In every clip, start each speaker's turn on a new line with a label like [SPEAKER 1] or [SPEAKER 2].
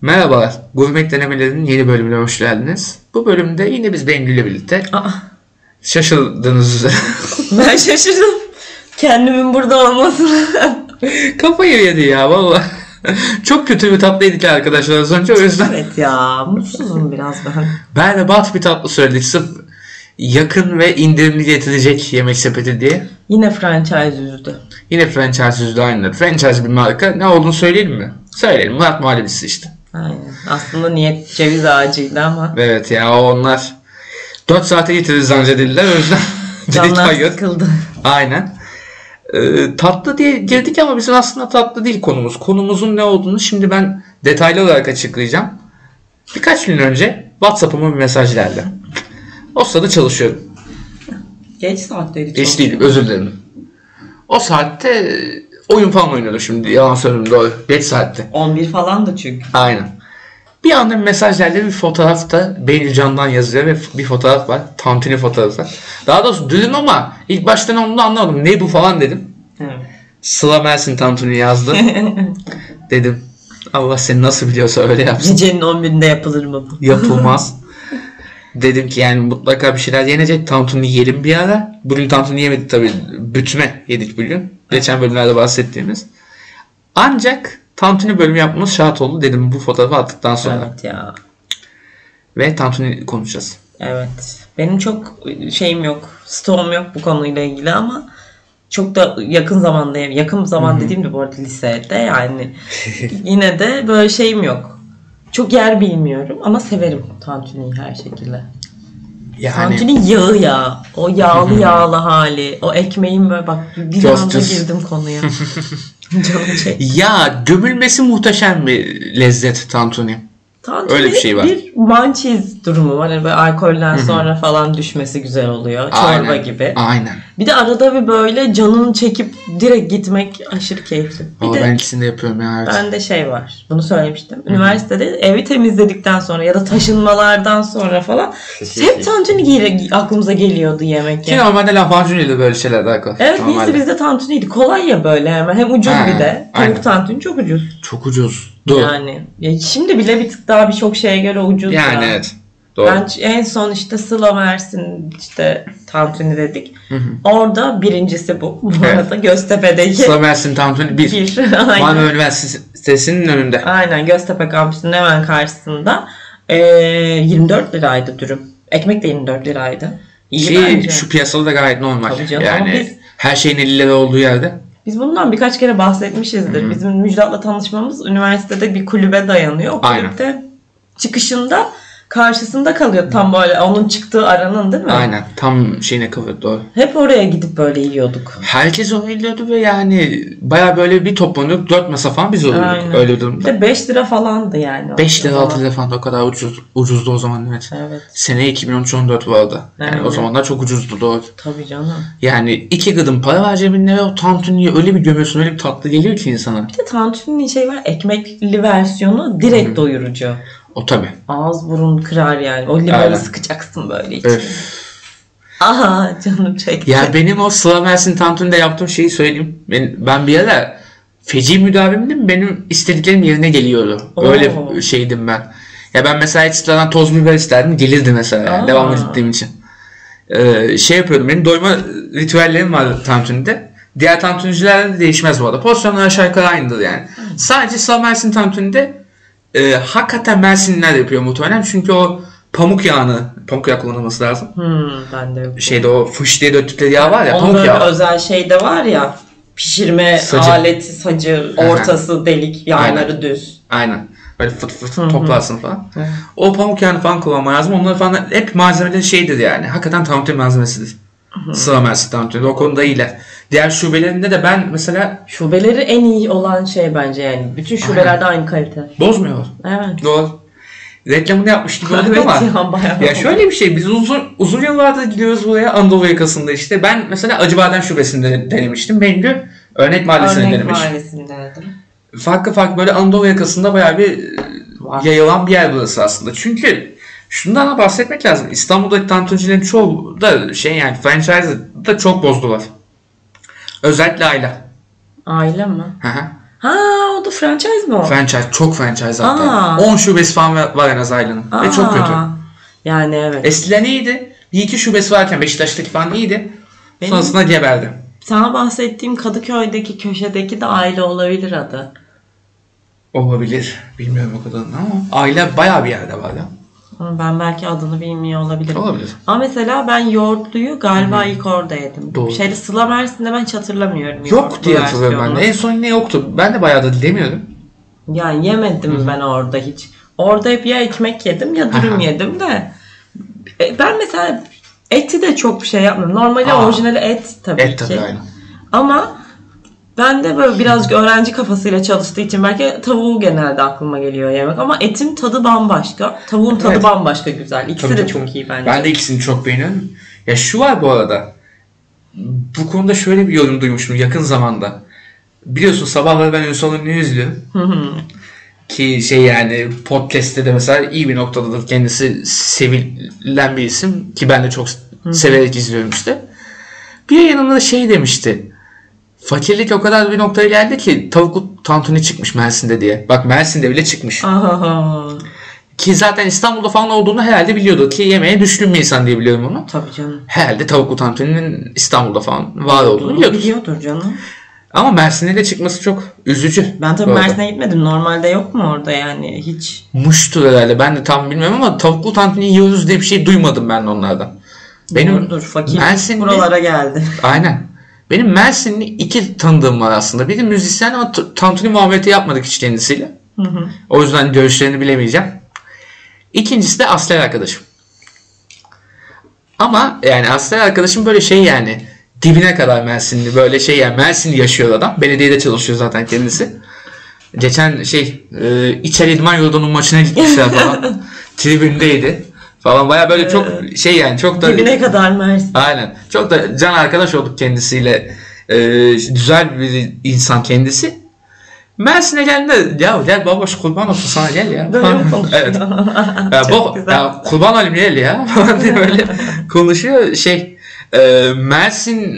[SPEAKER 1] Merhaba, Gurmek Denemelerinin yeni bölümüne hoş geldiniz. Bu bölümde yine biz Bengül ile birlikte
[SPEAKER 2] Aa,
[SPEAKER 1] şaşırdığınız üzere
[SPEAKER 2] ben şaşırdım. Kendimin burada olmasına.
[SPEAKER 1] kafayı yedi ya valla. Çok kötü bir tatlı yedik arkadaşlar az önce o yüzden
[SPEAKER 2] evet ya mutsuzum biraz ben.
[SPEAKER 1] berbat bir tatlı söyledik sırf yakın ve indirimli getirecek yemek sepeti diye.
[SPEAKER 2] Yine franchise üzdü.
[SPEAKER 1] Yine franchise yüzde aynı. Franchise bir marka ne olduğunu söyleyelim mi? Söyleyelim Murat Muhallebisi işte.
[SPEAKER 2] Aynen. Aslında niyet ceviz ağacıydı ama
[SPEAKER 1] Evet ya onlar 4 saate getirir zannedildiler o yüzden dedik
[SPEAKER 2] canlar
[SPEAKER 1] hayır.
[SPEAKER 2] sıkıldı.
[SPEAKER 1] Aynen. Ee, tatlı diye girdik ama bizim aslında tatlı değil konumuz. Konumuzun ne olduğunu şimdi ben detaylı olarak açıklayacağım. Birkaç gün önce WhatsApp'ıma bir mesaj geldi. O sırada çalışıyorum.
[SPEAKER 2] Geç saatteydi. çok.
[SPEAKER 1] Geç değil özür dilerim. O saatte e, oyun falan oynuyordum şimdi yalan söylüyorum doğru. Geç saatte.
[SPEAKER 2] 11 falan da çünkü.
[SPEAKER 1] Aynen. Bir anda mesaj geldi bir fotoğrafta Beynil Can'dan yazıyor ve bir fotoğraf var. Tantini fotoğrafı. Daha doğrusu dedim ama ilk baştan onu da anlamadım. Ne bu falan dedim.
[SPEAKER 2] Evet.
[SPEAKER 1] Sıla Mersin Tantuni yazdı. Dedim Allah seni nasıl biliyorsa öyle yapsın.
[SPEAKER 2] Gecenin 11'inde yapılır mı bu?
[SPEAKER 1] Yapılmaz. Dedim ki yani mutlaka bir şeyler yenecek. Tantuni yiyelim bir ara. Bugün tantuni yemedik tabii. Bütme yedik bugün. Geçen bölümlerde bahsettiğimiz. Ancak tantuni bölümü yapmamız şart oldu dedim bu fotoğrafı attıktan sonra.
[SPEAKER 2] Evet ya.
[SPEAKER 1] Ve tantuni konuşacağız.
[SPEAKER 2] Evet. Benim çok şeyim yok. Stoğum yok bu konuyla ilgili ama çok da yakın zamanda yakın zaman dediğim de bu arada lisede yani yine de böyle şeyim yok. Çok yer bilmiyorum ama severim tantuniyi her şekilde.
[SPEAKER 1] Yani
[SPEAKER 2] Tantuni yağı ya. O yağlı yağlı hali. O ekmeğin böyle bak bir
[SPEAKER 1] Cos
[SPEAKER 2] anda
[SPEAKER 1] cos.
[SPEAKER 2] girdim konuya. şey. Canım çek.
[SPEAKER 1] ya gömülmesi muhteşem bir lezzet tantuni.
[SPEAKER 2] Tantuni
[SPEAKER 1] Öyle bir şey var.
[SPEAKER 2] Bir mançiz durumu var. Hani böyle alkolden sonra falan düşmesi güzel oluyor. Çorba
[SPEAKER 1] Aynen.
[SPEAKER 2] gibi.
[SPEAKER 1] Aynen.
[SPEAKER 2] Bir de arada bir böyle canını çekip direkt gitmek aşırı keyifli. Bir
[SPEAKER 1] Ama
[SPEAKER 2] de
[SPEAKER 1] ben ikisini de yapıyorum ya. evet.
[SPEAKER 2] bende şey var. Bunu söylemiştim. Üniversitede evi temizledikten sonra ya da taşınmalardan sonra falan hep tantuni giyle- aklımıza geliyordu yemek
[SPEAKER 1] Ki
[SPEAKER 2] ya.
[SPEAKER 1] normalde lahmacunuydu böyle şeyler daha kolay.
[SPEAKER 2] Evet
[SPEAKER 1] Normalde.
[SPEAKER 2] neyse bizde tantuniydi. Kolay ya böyle hemen. Hem ucuz
[SPEAKER 1] Ha,
[SPEAKER 2] bir de.
[SPEAKER 1] aynen.
[SPEAKER 2] Tavuk tantuni çok ucuz.
[SPEAKER 1] Çok ucuzdu. Yani,
[SPEAKER 2] Yani. Ya şimdi bile bir tık daha birçok şeye göre ucuz ya.
[SPEAKER 1] evet. Doğru.
[SPEAKER 2] Ben ç- en son işte Sıla Mersin işte tantuni dedik.
[SPEAKER 1] hı.
[SPEAKER 2] Orada birincisi bu. Bu
[SPEAKER 1] Evet.
[SPEAKER 2] arada Göztepe'deki.
[SPEAKER 1] Sıla Mersin Tantuni 1.
[SPEAKER 2] Bir.
[SPEAKER 1] Marmara
[SPEAKER 2] Aynen.
[SPEAKER 1] Üniversitesi'nin önünde.
[SPEAKER 2] Aynen Göztepe kampüsünün hemen karşısında. Ee, 24 liraydı dürüm. Ekmek de 24 liraydı. İyi
[SPEAKER 1] Ki
[SPEAKER 2] bence.
[SPEAKER 1] Şey, şu piyasada da gayet normal.
[SPEAKER 2] Tabii canım, ama
[SPEAKER 1] yani
[SPEAKER 2] biz-
[SPEAKER 1] her şeyin 50 lira olduğu yerde.
[SPEAKER 2] Biz bundan birkaç kere bahsetmişizdir. Bizim Müjdat'la tanışmamız üniversitede bir kulübe dayanıyor. O
[SPEAKER 1] Aynen.
[SPEAKER 2] kulüpte çıkışında karşısında kalıyor tam böyle onun çıktığı aranın değil mi?
[SPEAKER 1] Aynen. Tam şeyine kıvırdı doğru.
[SPEAKER 2] Hep oraya gidip böyle yiyorduk.
[SPEAKER 1] Herkes oynuyordu ve yani baya böyle bir toplanıyorduk. 4 masa falan biz oluyorduk
[SPEAKER 2] Aynen.
[SPEAKER 1] öyle bir
[SPEAKER 2] Bir
[SPEAKER 1] durumda.
[SPEAKER 2] de 5 lira falandı yani.
[SPEAKER 1] 5 lira
[SPEAKER 2] O
[SPEAKER 1] 6
[SPEAKER 2] zaman.
[SPEAKER 1] lira falan da o kadar ucuz, ucuzdu o zaman evet.
[SPEAKER 2] Evet
[SPEAKER 1] Sene 2013-14 bu arada. Yani o
[SPEAKER 2] Aynen.
[SPEAKER 1] zamanlar çok ucuzdu doğru.
[SPEAKER 2] tabii canım.
[SPEAKER 1] Yani iki gıdım para var cebinde ve o tantuniyi öyle bir gömüyorsun öyle bir tatlı geliyor ki insana.
[SPEAKER 2] Bir de tantuninin şey var ekmekli versiyonu direkt doyurucu.
[SPEAKER 1] O tabi.
[SPEAKER 2] Ağız burun kırar yani. O limonu
[SPEAKER 1] Aynen.
[SPEAKER 2] sıkacaksın böyle içine. Aha canım çekti.
[SPEAKER 1] Ya benim o Sıla Mersin tantunide yaptığım şeyi söyleyeyim. Ben, ben bir ara feci müdavimdim benim istediklerim yerine geliyordu.
[SPEAKER 2] Oo.
[SPEAKER 1] Öyle şeydim ben. Ya ben mesela ekstradan toz biber isterdim gelirdi mesela yani
[SPEAKER 2] Aa.
[SPEAKER 1] devamlı gittiğim için. Ee, şey yapıyordum benim doyma ritüellerim vardı tantunide. Diğer tantunicilerden de değişmez bu arada. Porsiyonlar aşağı yukarı aynıdır yani. Sadece Sıla Mersin tantunide e, hakikaten Mersinliler yapıyor muhtemelen. Çünkü o pamuk yağını, pamuk yağı kullanılması lazım.
[SPEAKER 2] Hmm, ben de yok.
[SPEAKER 1] Şeyde o fış diye döktükleri yağ var Şey, ya
[SPEAKER 2] Onun
[SPEAKER 1] pamuk
[SPEAKER 2] böyle
[SPEAKER 1] yağı.
[SPEAKER 2] özel şey de var ya. Pişirme
[SPEAKER 1] Sacı.
[SPEAKER 2] aleti, sacı,
[SPEAKER 1] Aha.
[SPEAKER 2] ortası delik, yanları
[SPEAKER 1] Aynen.
[SPEAKER 2] düz.
[SPEAKER 1] Aynen. Böyle fıt fıt
[SPEAKER 2] Hı hı.
[SPEAKER 1] toplarsın falan.
[SPEAKER 2] Hı.
[SPEAKER 1] O pamuk yağını falan kullanman lazım. Onlar falan hep malzemeleri şeydir yani. Hakikaten tantuni malzemesidir. Sıra Mersin tantuni. O konuda iyiler. Diğer şubelerinde de ben mesela
[SPEAKER 2] Şubeleri en iyi olan şey bence yani. Bütün şubelerde aynı kalite.
[SPEAKER 1] bozmuyorlar.
[SPEAKER 2] Evet.
[SPEAKER 1] Doğru. Reklamını yapmış gibi olduk
[SPEAKER 2] Evet
[SPEAKER 1] ama.
[SPEAKER 2] ya bayağı.
[SPEAKER 1] Ya şöyle bir şey biz uzun uzun yıllarda gidiyoruz buraya Anadolu yakasında işte. Ben mesela Acıbadem şubesinde denemiştim. Bengü Örnek Mahallesi'nde
[SPEAKER 2] Örnek
[SPEAKER 1] denemiş.
[SPEAKER 2] mahallesindedim.
[SPEAKER 1] farklı farklı böyle Anadolu yakasında bayağı bir
[SPEAKER 2] Var.
[SPEAKER 1] e, yayılan bir yer burası aslında. Çünkü şundan da bahsetmek lazım. İstanbul'daki tantunicilerin çoğu da şey yani franchise da çok bozdular. Özellikle aile.
[SPEAKER 2] Aile mi?
[SPEAKER 1] Hı hı.
[SPEAKER 2] Ha o da franchise mi o?
[SPEAKER 1] Franchise çok franchise zaten.
[SPEAKER 2] Aa.
[SPEAKER 1] 10 şubesi falan var- var en az ailenin. Ve e, çok kötü.
[SPEAKER 2] Aa, Yani evet.
[SPEAKER 1] Eskiden iyiydi. Bir iki şubesi varken Beşiktaş'taki falan iyiydi.
[SPEAKER 2] Benim-
[SPEAKER 1] Sonrasında geberdi.
[SPEAKER 2] Sana bahsettiğim Kadıköy'deki köşedeki de aile olabilir adı.
[SPEAKER 1] Olabilir. Bilmiyorum o kadarını ama aile bayağı bir yerde var ya.
[SPEAKER 2] Ama Ben belki adını bilmiyor olabilirim.
[SPEAKER 1] Olabilir.
[SPEAKER 2] Ama mesela ben yoğurtluyu galiba ilk orada yedim.
[SPEAKER 1] Doğru.
[SPEAKER 2] Şeyde Sıla Mersin'de ben hiç hatırlamıyorum. yoğurtlu
[SPEAKER 1] Yok diye hatırlıyorum ben de.
[SPEAKER 2] versiyonunu.
[SPEAKER 1] En son yine yoktu. Ben de bayağı da demiyorum.
[SPEAKER 2] Yani yemedim ben orada hiç. Orada hep ya ekmek yedim ya dürüm
[SPEAKER 1] Aha.
[SPEAKER 2] yedim de. E, Ben mesela eti de çok bir şey yapmıyorum. Normalde
[SPEAKER 1] Aa.
[SPEAKER 2] orijinali et tabii
[SPEAKER 1] Et
[SPEAKER 2] ki.
[SPEAKER 1] tabii aynen.
[SPEAKER 2] Ama ben de böyle biraz öğrenci kafasıyla çalıştığı için belki tavuğu genelde aklıma geliyor yemek. Ama etin tadı bambaşka. Tavuğun tadı
[SPEAKER 1] Evet.
[SPEAKER 2] bambaşka güzel. İkisi
[SPEAKER 1] Tabii
[SPEAKER 2] de
[SPEAKER 1] tabii.
[SPEAKER 2] çok iyi bence.
[SPEAKER 1] Ben de ikisini çok beğeniyorum. Ya şu var bu arada. Bu konuda şöyle bir yorum duymuştum yakın zamanda. Biliyorsun sabahları ben Ünsal Ünlü'yü izliyorum.
[SPEAKER 2] Hı hı.
[SPEAKER 1] Ki şey yani podcast'te de mesela iyi bir noktadadır. Kendisi sevilen bir isim. Ki ben de çok severek izliyorum işte. Bir yayınında da şey demişti. Fakirlik o kadar bir noktaya geldi ki tavuklu tantuni çıkmış Mersin'de diye. Bak Mersin'de bile çıkmış.
[SPEAKER 2] Aha.
[SPEAKER 1] Ki zaten İstanbul'da falan olduğunu herhalde biliyordu. Ki yemeğe düşkün bir insan diye biliyorum onu.
[SPEAKER 2] Tabii canım.
[SPEAKER 1] herhalde tavuklu tantuninin İstanbul'da falan var olduğunu biliyorduk.
[SPEAKER 2] Biliyordur canım.
[SPEAKER 1] Ama Mersin'e de çıkması çok üzücü.
[SPEAKER 2] Ben tabii
[SPEAKER 1] Bu arada.
[SPEAKER 2] Mersin'e gitmedim. Normalde yok mu orada yani hiç?
[SPEAKER 1] Muş'tur herhalde ben de tam bilmiyorum ama tavuklu tantuni yiyoruz diye bir şey duymadım ben de onlardan. Benim
[SPEAKER 2] Dur dur fakir
[SPEAKER 1] Mersin'de-
[SPEAKER 2] buralara geldi.
[SPEAKER 1] aynen. Benim Mersinli iki tanıdığım var aslında. Biri müzisyen ama t- tantuni muhabbeti yapmadık hiç kendisiyle.
[SPEAKER 2] Hı hı.
[SPEAKER 1] O yüzden görüşlerini bilemeyeceğim. İkincisi de Asler arkadaşım. Ama yani Asler arkadaşım böyle şey yani dibine kadar Mersinli böyle şey yani Mersin yaşıyor adam. Belediyede çalışıyor zaten kendisi. Geçen şey e, İçer İdman Yurdu'nun maçına gitmişler falan. Tribündeydi falan baya böyle çok şey yani çok da
[SPEAKER 2] Dibine kadar Mersin.
[SPEAKER 1] Aynen. Çok da can arkadaş olduk kendisiyle. Ee, güzel bir insan kendisi. Mersin'e geldiğinde ya gel baboş kurban olsun sana gel ya.
[SPEAKER 2] Böyle mi
[SPEAKER 1] evet.
[SPEAKER 2] konuşuyor?
[SPEAKER 1] Ya,
[SPEAKER 2] Çok
[SPEAKER 1] bo-
[SPEAKER 2] güzel.
[SPEAKER 1] ya, kurban olayım gel ya. falan diye böyle konuşuyor. Şey e, Mersin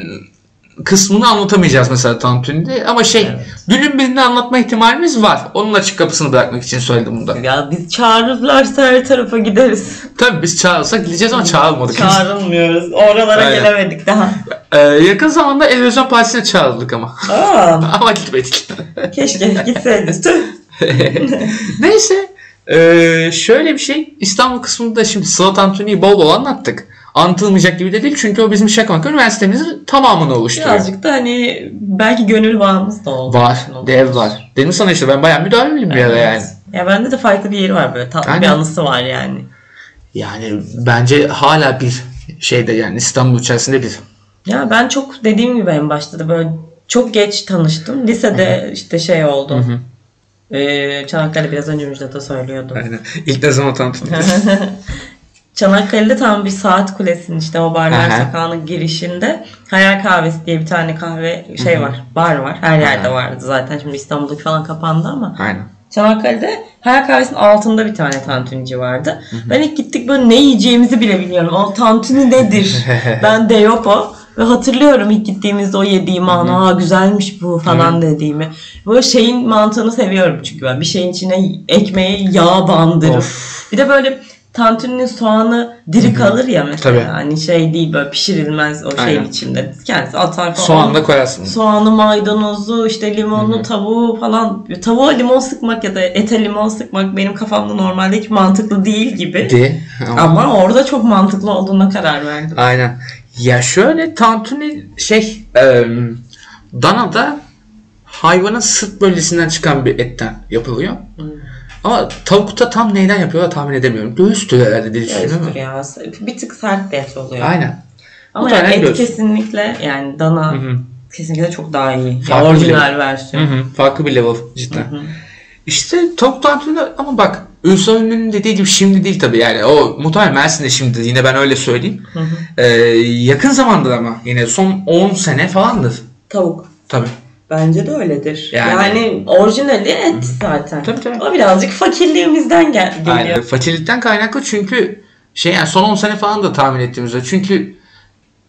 [SPEAKER 1] kısmını anlatamayacağız mesela Tantuni'de ama şey günün birini anlatma ihtimalimiz var. Onun açık kapısını bırakmak için söyledim bunu da.
[SPEAKER 2] Ya biz çağırırlarsa her tarafa gideriz.
[SPEAKER 1] Tabii biz çağırsak gideceğiz ama çağırmadık.
[SPEAKER 2] Çağrılmıyoruz. Oralara
[SPEAKER 1] Aynen.
[SPEAKER 2] gelemedik daha.
[SPEAKER 1] Ee, yakın zamanda Elevizyon Partisi'ne çağrıldık ama.
[SPEAKER 2] Aa,
[SPEAKER 1] Ama gitmedik.
[SPEAKER 2] keşke gitseydiniz. Tüh.
[SPEAKER 1] Neyse. eee, şöyle bir şey. İstanbul kısmında şimdi Sılat Antony'yi bol bol anlattık. Anlatılmayacak gibi de değil. Çünkü o bizim Şakmak Üniversitemizin tamamını oluşturuyor.
[SPEAKER 2] Birazcık da hani belki gönül bağımız da oldu.
[SPEAKER 1] Var.
[SPEAKER 2] Oldu.
[SPEAKER 1] Dev var. Dedim sana işte ben bayağı müdahaleliyim bir ara yani.
[SPEAKER 2] Ya bende de farklı bir yeri var böyle. Tatlı bir
[SPEAKER 1] Aynen.
[SPEAKER 2] anısı var yani.
[SPEAKER 1] Yani bence hala bir şeyde yani İstanbul içerisinde bir.
[SPEAKER 2] Ya ben çok dediğim gibi en başta da böyle çok geç tanıştım. Lisede işte şey oldu. Ee, Çanakkale biraz önce Müjdat'a söylüyordu.
[SPEAKER 1] Aynen. İlk ne zaman tanıtıldı?
[SPEAKER 2] Çanakkale'de tam bir saat kulesinin işte o barlar
[SPEAKER 1] Aha.
[SPEAKER 2] sokağının girişinde Hayal Kahvesi diye bir tane kahve şey var. Bar var. Her yerde vardı zaten. Şimdi İstanbul'daki falan kapandı ama.
[SPEAKER 1] Aynen.
[SPEAKER 2] Çanakkale'de Hayal Kahvesi'nin altında bir tane tantunci vardı. Ben ilk gittik böyle ne yiyeceğimizi bile bilmiyorum. O tantuni nedir? ben de yok o. Ve hatırlıyorum ilk gittiğimizde o yediğim an aa güzelmiş bu falan dediğimi. Böyle şeyin mantığını seviyorum çünkü ben. Bir şeyin içine ekmeği yağ bandırıp.
[SPEAKER 1] Of.
[SPEAKER 2] Bir de böyle tantuninin soğanı diri kalır ya mesela.
[SPEAKER 1] Tabii.
[SPEAKER 2] Hani şey değil böyle pişirilmez o şeyin
[SPEAKER 1] Aynen.
[SPEAKER 2] içinde. Kendisi atar falan.
[SPEAKER 1] Soğan da koyarsın.
[SPEAKER 2] Soğanı, maydanozu, işte limonlu tavuğu falan. Tavuğa limon sıkmak ya da ete limon sıkmak benim kafamda normalde hiç mantıklı değil gibi.
[SPEAKER 1] Di.
[SPEAKER 2] Ama orada çok mantıklı olduğuna karar verdim.
[SPEAKER 1] Aynen. Ya şöyle tantuni şey e, danada hayvanın sırt bölgesinden çıkan bir etten yapılıyor. Ama tavukta tam neyden yapıyorlar tahmin edemiyorum. Göğüstür herhalde diye düşünüyorum.
[SPEAKER 2] Göğüstür ya. Bir tık sert bir et oluyor.
[SPEAKER 1] Aynen.
[SPEAKER 2] Ama
[SPEAKER 1] Bu da
[SPEAKER 2] yani
[SPEAKER 1] önemli
[SPEAKER 2] et
[SPEAKER 1] göğüs.
[SPEAKER 2] kesinlikle yani dana
[SPEAKER 1] hı.
[SPEAKER 2] kesinlikle çok daha iyi. Ya
[SPEAKER 1] Farklı şey.
[SPEAKER 2] orijinal
[SPEAKER 1] bile.
[SPEAKER 2] versiyon.
[SPEAKER 1] Farklı bir level cidden. İşte tavuk tantuni ama bak Ünsal Ünlü'nün dediği gibi şimdi değil tabii yani. O muhtemelen Mersin'de şimdi yine ben öyle söyleyeyim. E, yakın zamandır ama yine son 10 sene falandır.
[SPEAKER 2] Tavuk.
[SPEAKER 1] Tabii.
[SPEAKER 2] Bence de öyledir.
[SPEAKER 1] Yani-
[SPEAKER 2] Yani, orijinali et zaten.
[SPEAKER 1] Tabii, tabii.
[SPEAKER 2] O birazcık fakirliğimizden gel geliyor.
[SPEAKER 1] Aynen. Fakirlikten kaynaklı çünkü şey yani son 10 sene falan da tahmin ettiğimizde. Çünkü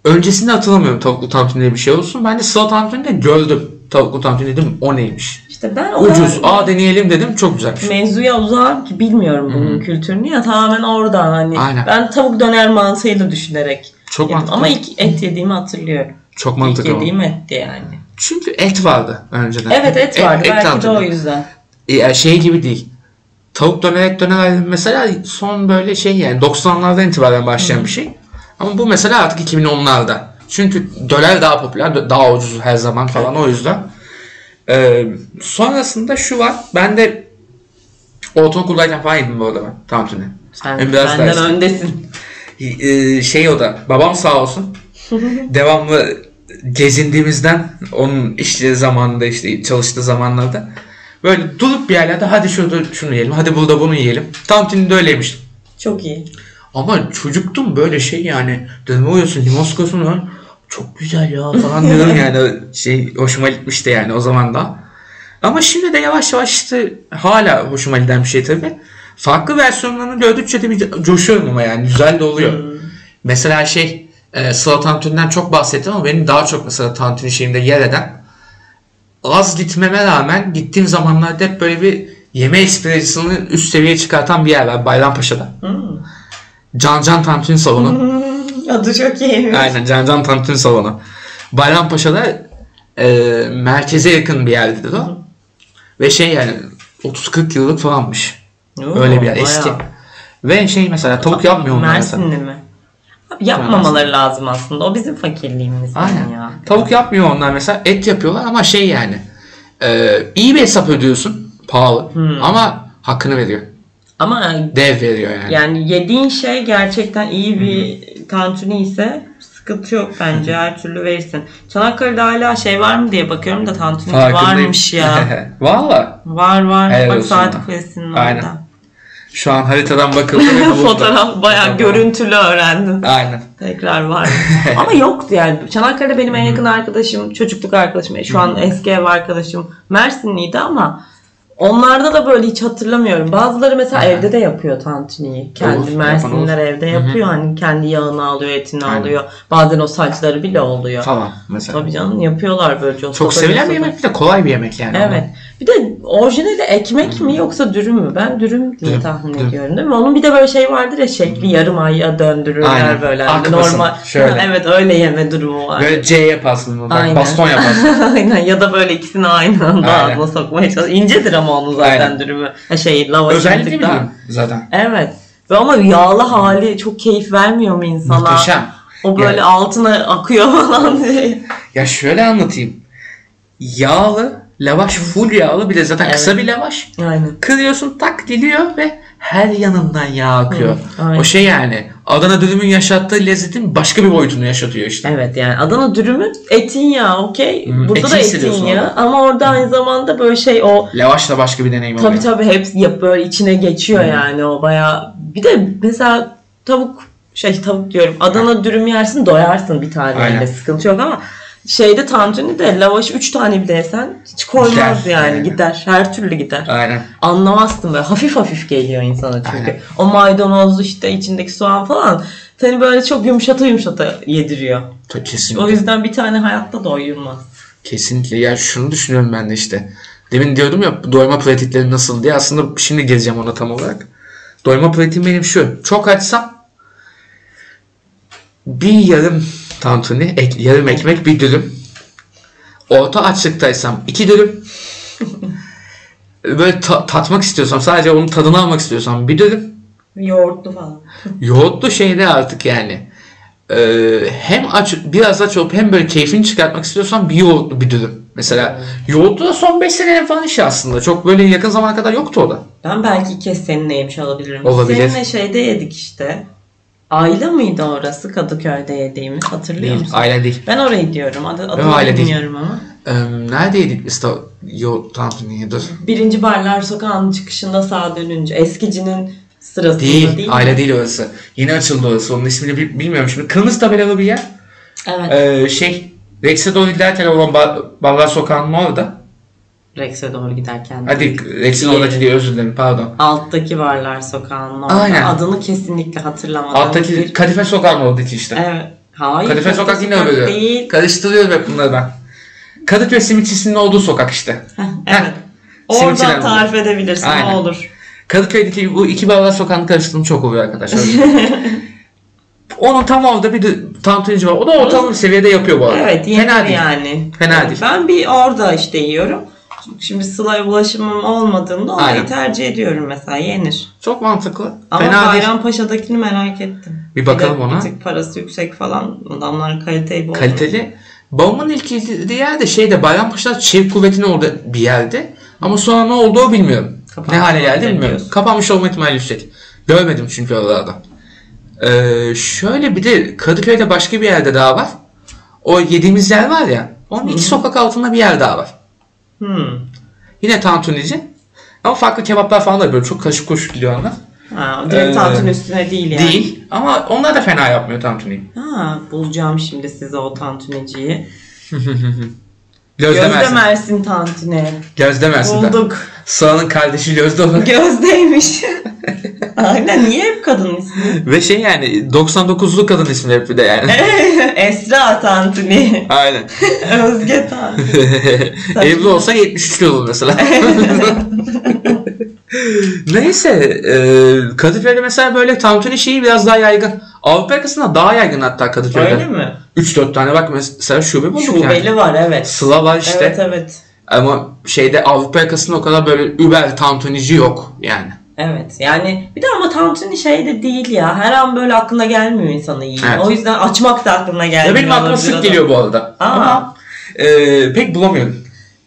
[SPEAKER 1] öncesinde hatırlamıyorum tavuklu tantuni diye bir şey olsun. Ben de sıla tantunini de gördüm. Tavuklu tantuni dedim o neymiş.
[SPEAKER 2] İşte ben o
[SPEAKER 1] Ucuz.
[SPEAKER 2] kadar
[SPEAKER 1] Aa deneyelim dedim. Çok güzelmiş.
[SPEAKER 2] mevzuya uzağım ki bilmiyorum bunun kültürünü ya tamamen oradan hani
[SPEAKER 1] Aynen.
[SPEAKER 2] ben tavuk döner mantığıyla düşünerek
[SPEAKER 1] Çok
[SPEAKER 2] yedim.
[SPEAKER 1] mantıklı.
[SPEAKER 2] ama ilk et yediğimi hatırlıyorum.
[SPEAKER 1] Çok
[SPEAKER 2] İlk
[SPEAKER 1] mantıklı.
[SPEAKER 2] yediğim etti yani.
[SPEAKER 1] Çünkü et vardı önceden.
[SPEAKER 2] Evet et vardı belki de
[SPEAKER 1] tantuni.
[SPEAKER 2] o yüzden.
[SPEAKER 1] E, yani şey gibi değil. Tavuk döner et döner ayrı- mesela son böyle şey yani 90'lardan itibaren başlayan bir şey. Ama bu mesela artık 2010'larda. Çünkü döner daha popüler, daha ucuz her zaman falan o yüzden. Ee, sonrasında şu var. Ben de ortaokuldayken falan yedim bu arada ben tantuni.
[SPEAKER 2] Sen
[SPEAKER 1] Hem E, biraz
[SPEAKER 2] benden
[SPEAKER 1] daha işte.
[SPEAKER 2] öndesin.
[SPEAKER 1] Ee, şey o da babam sağ olsun devamlı gezindiğimizden onun işleri zamanında işte çalıştığı zamanlarda böyle durup bir yerlerde hadi şurada şunu yiyelim hadi burada bunu yiyelim. Tantini de öyleymiş.
[SPEAKER 2] Çok iyi.
[SPEAKER 1] Ama çocuktum böyle şey yani dönme uyuyorsun limon sıkıyorsun lan. Çok güzel ya falan diyorum yani şey hoşuma gitmişti yani o zaman da. Ama şimdi de yavaş yavaş işte hala hoşuma giden bir şey tabii. Farklı versiyonlarını gördükçe de bir coşuyorum ama yani güzel de oluyor. Mesela şey e, Sıla Tantuni'den çok bahsettim ama benim daha çok mesela Tantuni şeyimde yer eden az gitmeme rağmen gittiğim zamanlarda hep böyle bir yeme eksperiyasını üst seviyeye çıkartan bir yer var Bayrampaşa'da.
[SPEAKER 2] Hmm.
[SPEAKER 1] Can Can Tantuni Salonu.
[SPEAKER 2] Adı çok iyi.
[SPEAKER 1] Aynen Can Can Tantuni Salonu. Bayrampaşa'da e, merkeze yakın bir yerdi o. Ve şey yani 30-40 yıllık falanmış.
[SPEAKER 2] Oo,
[SPEAKER 1] Öyle bir yer
[SPEAKER 2] bayağı.
[SPEAKER 1] eski. Ve şey mesela tavuk yapmıyor onlar mesela.
[SPEAKER 2] Mersinli mi? Abi Yapmamaları lazım aslında. O bizim fakirliğimiz
[SPEAKER 1] Aynen.
[SPEAKER 2] ya.
[SPEAKER 1] Tavuk yapmıyor onlar mesela. Et yapıyorlar ama şey yani. e, iyi bir hesap ödüyorsun. Pahalı. Ama hakkını veriyor.
[SPEAKER 2] Ama
[SPEAKER 1] Dev veriyor yani.
[SPEAKER 2] yani yediğin şey gerçekten iyi bir tantuni ise sıkıntı yok bence her türlü verirsin. Çanakkale'de hala şey var mı diye bakıyorum da tantuni
[SPEAKER 1] Farkındayım.
[SPEAKER 2] varmış ya.
[SPEAKER 1] Valla.
[SPEAKER 2] var var.
[SPEAKER 1] Helal
[SPEAKER 2] Bak
[SPEAKER 1] olsun
[SPEAKER 2] Saat
[SPEAKER 1] ona.
[SPEAKER 2] Kulesi'nin
[SPEAKER 1] Aynen.
[SPEAKER 2] orada.
[SPEAKER 1] Şu an haritadan bakıldı. ve bulundu.
[SPEAKER 2] Fotoğraf bayağı
[SPEAKER 1] Tamam.
[SPEAKER 2] görüntülü öğrendin.
[SPEAKER 1] Aynen.
[SPEAKER 2] Tekrar var. Ama yoktu yani. Çanakkale'de benim en yakın arkadaşım, çocukluk arkadaşım, şu an eski ev arkadaşım Mersinliydi ama onlarda da böyle hiç hatırlamıyorum. Bazıları mesela
[SPEAKER 1] Aha.
[SPEAKER 2] evde de yapıyor tantuniyi. Kendi
[SPEAKER 1] Olur, yapan
[SPEAKER 2] Mersinliler
[SPEAKER 1] olur.
[SPEAKER 2] evde yapıyor. Hani kendi yağını alıyor, etini
[SPEAKER 1] Aynen.
[SPEAKER 2] alıyor. Bazen o saçları bile oluyor.
[SPEAKER 1] Falan mesela.
[SPEAKER 2] Tabii canım yapıyorlar böylece. o
[SPEAKER 1] Çok
[SPEAKER 2] soda
[SPEAKER 1] sevilen bir
[SPEAKER 2] soda.
[SPEAKER 1] yemek bir de kolay bir yemek yani.
[SPEAKER 2] Evet. Bir de orijinali ekmek mi yoksa dürüm mü? Ben dürüm diye
[SPEAKER 1] Hmm. Dürüm,
[SPEAKER 2] tahmin
[SPEAKER 1] dürüm. Hmm.
[SPEAKER 2] ediyorum değil mi? Onun bir de böyle şey vardır ya şekli yarım aya döndürürler
[SPEAKER 1] Aynen.
[SPEAKER 2] böyle. Hani
[SPEAKER 1] Akmasın,
[SPEAKER 2] Normal.
[SPEAKER 1] şöyle.
[SPEAKER 2] evet öyle yeme durumu var.
[SPEAKER 1] Böyle C yaparsın. bak,
[SPEAKER 2] Aynen.
[SPEAKER 1] Baston yaparsın.
[SPEAKER 2] Aynen ya da böyle ikisini aynı anda
[SPEAKER 1] Aynen.
[SPEAKER 2] ağzına sokmaya çalış. İncedir ama onun zaten
[SPEAKER 1] Aynen.
[SPEAKER 2] dürümü. Ha, Şey lavaş
[SPEAKER 1] Özellikle mi zaten?
[SPEAKER 2] Evet. Ve ama yağlı hali çok keyif vermiyor mu insana?
[SPEAKER 1] Muhteşem.
[SPEAKER 2] O böyle
[SPEAKER 1] Yani-
[SPEAKER 2] altına akıyor falan diye.
[SPEAKER 1] Ya şöyle anlatayım. Yağlı, lavaş, full yağlı bir de zaten kısa bir lavaş.
[SPEAKER 2] Aynen.
[SPEAKER 1] kırıyorsun tak diliyor ve her yanından yağ akıyor.
[SPEAKER 2] Hı, aynen.
[SPEAKER 1] o şey yani Adana dürümün yaşattığı lezzetin başka bir boyutunu yaşatıyor işte.
[SPEAKER 2] Evet yani Adana dürümü etin yağı okey.
[SPEAKER 1] Hı,
[SPEAKER 2] Burada
[SPEAKER 1] eti
[SPEAKER 2] da etin
[SPEAKER 1] hissediyorsun
[SPEAKER 2] yağı
[SPEAKER 1] orada.
[SPEAKER 2] ama orada aynı zamanda böyle şey o
[SPEAKER 1] Lavaşla başka bir deneyim
[SPEAKER 2] tabi
[SPEAKER 1] oluyor.
[SPEAKER 2] tabi hepsi yap böyle içine geçiyor yani o baya. Bir de mesela tavuk şey tavuk diyorum Adana dürüm yersin doyarsın bir tane
[SPEAKER 1] Aynen.
[SPEAKER 2] öyle sıkıntı yok ama şeyde tantuni de lavaş 3 tane bile yesen hiç koymaz
[SPEAKER 1] Gider,
[SPEAKER 2] yani
[SPEAKER 1] aynen.
[SPEAKER 2] gider her türlü gider.
[SPEAKER 1] Aynen.
[SPEAKER 2] Anlamazsın böyle hafif hafif geliyor insana çünkü.
[SPEAKER 1] Aynen.
[SPEAKER 2] O maydanoz işte içindeki soğan falan seni böyle çok yumuşata yumuşata yediriyor.
[SPEAKER 1] Ta- Kesinlikle.
[SPEAKER 2] O yüzden bir tane hayatta doyulmaz.
[SPEAKER 1] Kesinlikle. Ya şunu düşünüyorum ben de işte. Demin diyordum ya doyma pratikleri nasıl diye. Aslında şimdi geleceğim ona tam olarak. Doyma pratiğim benim şu. Çok açsam bir yarım tantuni, ek- yarım ekmek bir dürüm. Orta açlıktaysam iki dürüm. Böyle ta- tatmak istiyorsam sadece onun tadını almak istiyorsam bir dürüm.
[SPEAKER 2] Yoğurtlu falan.
[SPEAKER 1] Yoğurtlu şeyde artık yani. Ee, hem aç biraz aç olup hem böyle keyfini çıkartmak istiyorsan bir yoğurtlu bir dürüm.
[SPEAKER 2] Hmm.
[SPEAKER 1] Mesela yoğurtlu da son 5 senenin falan işi aslında. Çok böyle yakın zamana kadar yoktu o da.
[SPEAKER 2] Ben belki iki kez seninle yemiş olabilirim.
[SPEAKER 1] Olabilir.
[SPEAKER 2] Seninle şeyde yedik işte. Ayla mıydı orası Kadıköy'de yediğimiz hatırlıyor musun?
[SPEAKER 1] Aile değil.
[SPEAKER 2] Ben orayı diyorum. Adı, adını
[SPEAKER 1] aile değil.
[SPEAKER 2] bilmiyorum ama.
[SPEAKER 1] Ee, neredeydik biz de yoğurt tantuniyi dur.
[SPEAKER 2] Birinci Barlar Sokağı'nın çıkışında sağa dönünce. Eskicinin sırasında
[SPEAKER 1] Değil,
[SPEAKER 2] değil, mi?
[SPEAKER 1] aile değil orası. Yeni açıldı orası. Onun ismini bil- bilmiyorum şimdi. Kırmızı tabelalı bir yer.
[SPEAKER 2] Evet.
[SPEAKER 1] Ee, şey, Rex'e doğru giderken olan ba- Ballar Sokağı'nın orada.
[SPEAKER 2] Rex'e doğru giderken. değil.
[SPEAKER 1] Hadi Rex'in
[SPEAKER 2] Diğeri.
[SPEAKER 1] oradaki diye özür dilerim pardon.
[SPEAKER 2] Alttaki Barlar Sokağı'nın orada.
[SPEAKER 1] Aynen.
[SPEAKER 2] Adını kesinlikle hatırlamadım.
[SPEAKER 1] Alttaki Kadife Sokağı'nın oradaki işte.
[SPEAKER 2] Evet. Hayır.
[SPEAKER 1] Kadife Sokak yine öyle.
[SPEAKER 2] Değil.
[SPEAKER 1] Karıştırıyorum hep bunları ben. Kadıköy simitçisinin olduğu sokak işte.
[SPEAKER 2] evet. Oradan
[SPEAKER 1] Simitçiler
[SPEAKER 2] tarif edebilirsin
[SPEAKER 1] Aynen.
[SPEAKER 2] ne olur.
[SPEAKER 1] Kadıköy'deki bu iki bağla sokağını karıştırdığım çok oluyor arkadaşlar. Onun tam orada bir de- tantuncu var. O da ortalama seviyede yapıyor bu arada.
[SPEAKER 2] Evet yenir
[SPEAKER 1] Fena değil.
[SPEAKER 2] yani.
[SPEAKER 1] Fena
[SPEAKER 2] Yani
[SPEAKER 1] değil.
[SPEAKER 2] Ben bir orada işte yiyorum. Şimdi sılaya bulaşımım olmadığında orayı
[SPEAKER 1] Aynen.
[SPEAKER 2] tercih ediyorum mesela yenir.
[SPEAKER 1] Çok mantıklı.
[SPEAKER 2] Ama
[SPEAKER 1] Fena değil.
[SPEAKER 2] Bayrampaşa'dakini merak ettim.
[SPEAKER 1] Bir bakalım
[SPEAKER 2] de
[SPEAKER 1] ona.
[SPEAKER 2] Bir tık parası yüksek falan. Adamlar kaliteli bol.
[SPEAKER 1] Kaliteli. Babamın ilk girdiği yer de şeyde Bayrampaşa Çevik Kuvveti'nin orada bir yerde. Ama sonra ne oldu o bilmiyorum.
[SPEAKER 2] Kapanmış
[SPEAKER 1] ne hale geldi
[SPEAKER 2] olabilir
[SPEAKER 1] bilmiyorum.
[SPEAKER 2] diyorsun.
[SPEAKER 1] Kapanmış olma ihtimali yüksek. Görmedim çünkü oralarda. Ee, şöyle bir de Kadıköy'de başka bir yerde daha var. O yediğimiz yer var ya. Onun iki sokak altında bir yer daha var.
[SPEAKER 2] Hmm.
[SPEAKER 1] Yine tantunici. Ama farklı kebaplar falan da böyle çok kaşık koşuk gidiyor onlar.
[SPEAKER 2] Ha, direkt
[SPEAKER 1] Ee,
[SPEAKER 2] tantun üstüne değil yani.
[SPEAKER 1] Değil. Ama onlar da fena yapmıyor tantuniyi.
[SPEAKER 2] Ha, bulacağım şimdi size o tantuneciyi.
[SPEAKER 1] Gözde
[SPEAKER 2] Gözde
[SPEAKER 1] Mersin.
[SPEAKER 2] Mersin tantine.
[SPEAKER 1] Gözde Mersin'den.
[SPEAKER 2] Bulduk.
[SPEAKER 1] Sıla'nın kardeşi Gözde olan.
[SPEAKER 2] Gözdeymiş. Aynen niye hep kadın ismi?
[SPEAKER 1] Ve şey yani 99'lu kadın ismi hep bir de yani.
[SPEAKER 2] Esra Tantuni.
[SPEAKER 1] Aynen.
[SPEAKER 2] Özge Tantuni.
[SPEAKER 1] Evli olsa 73 olur mesela. Neyse e, Kadıköy'de mesela böyle tantuni şeyi biraz daha yaygın. Avrupa yakasında daha yaygın hatta Kadıköy'de.
[SPEAKER 2] Öyle mi?
[SPEAKER 1] 3-4 tane bak mesela şube bulduk
[SPEAKER 2] Şubeli
[SPEAKER 1] şey yani.
[SPEAKER 2] var evet.
[SPEAKER 1] Sıla var işte.
[SPEAKER 2] Evet evet.
[SPEAKER 1] Ama şeyde Avrupa yakasında o kadar böyle über tantunici yok yani.
[SPEAKER 2] Evet yani bir de ama tantuni şey de değil ya. Her an böyle aklına gelmiyor insanı yiyin.
[SPEAKER 1] Evet.
[SPEAKER 2] O yüzden açmak da aklına gelmiyor.
[SPEAKER 1] Ya benim aklıma
[SPEAKER 2] olabilir
[SPEAKER 1] sık
[SPEAKER 2] adam.
[SPEAKER 1] geliyor bu arada.
[SPEAKER 2] Aa.
[SPEAKER 1] Ama e, pek bulamıyorum.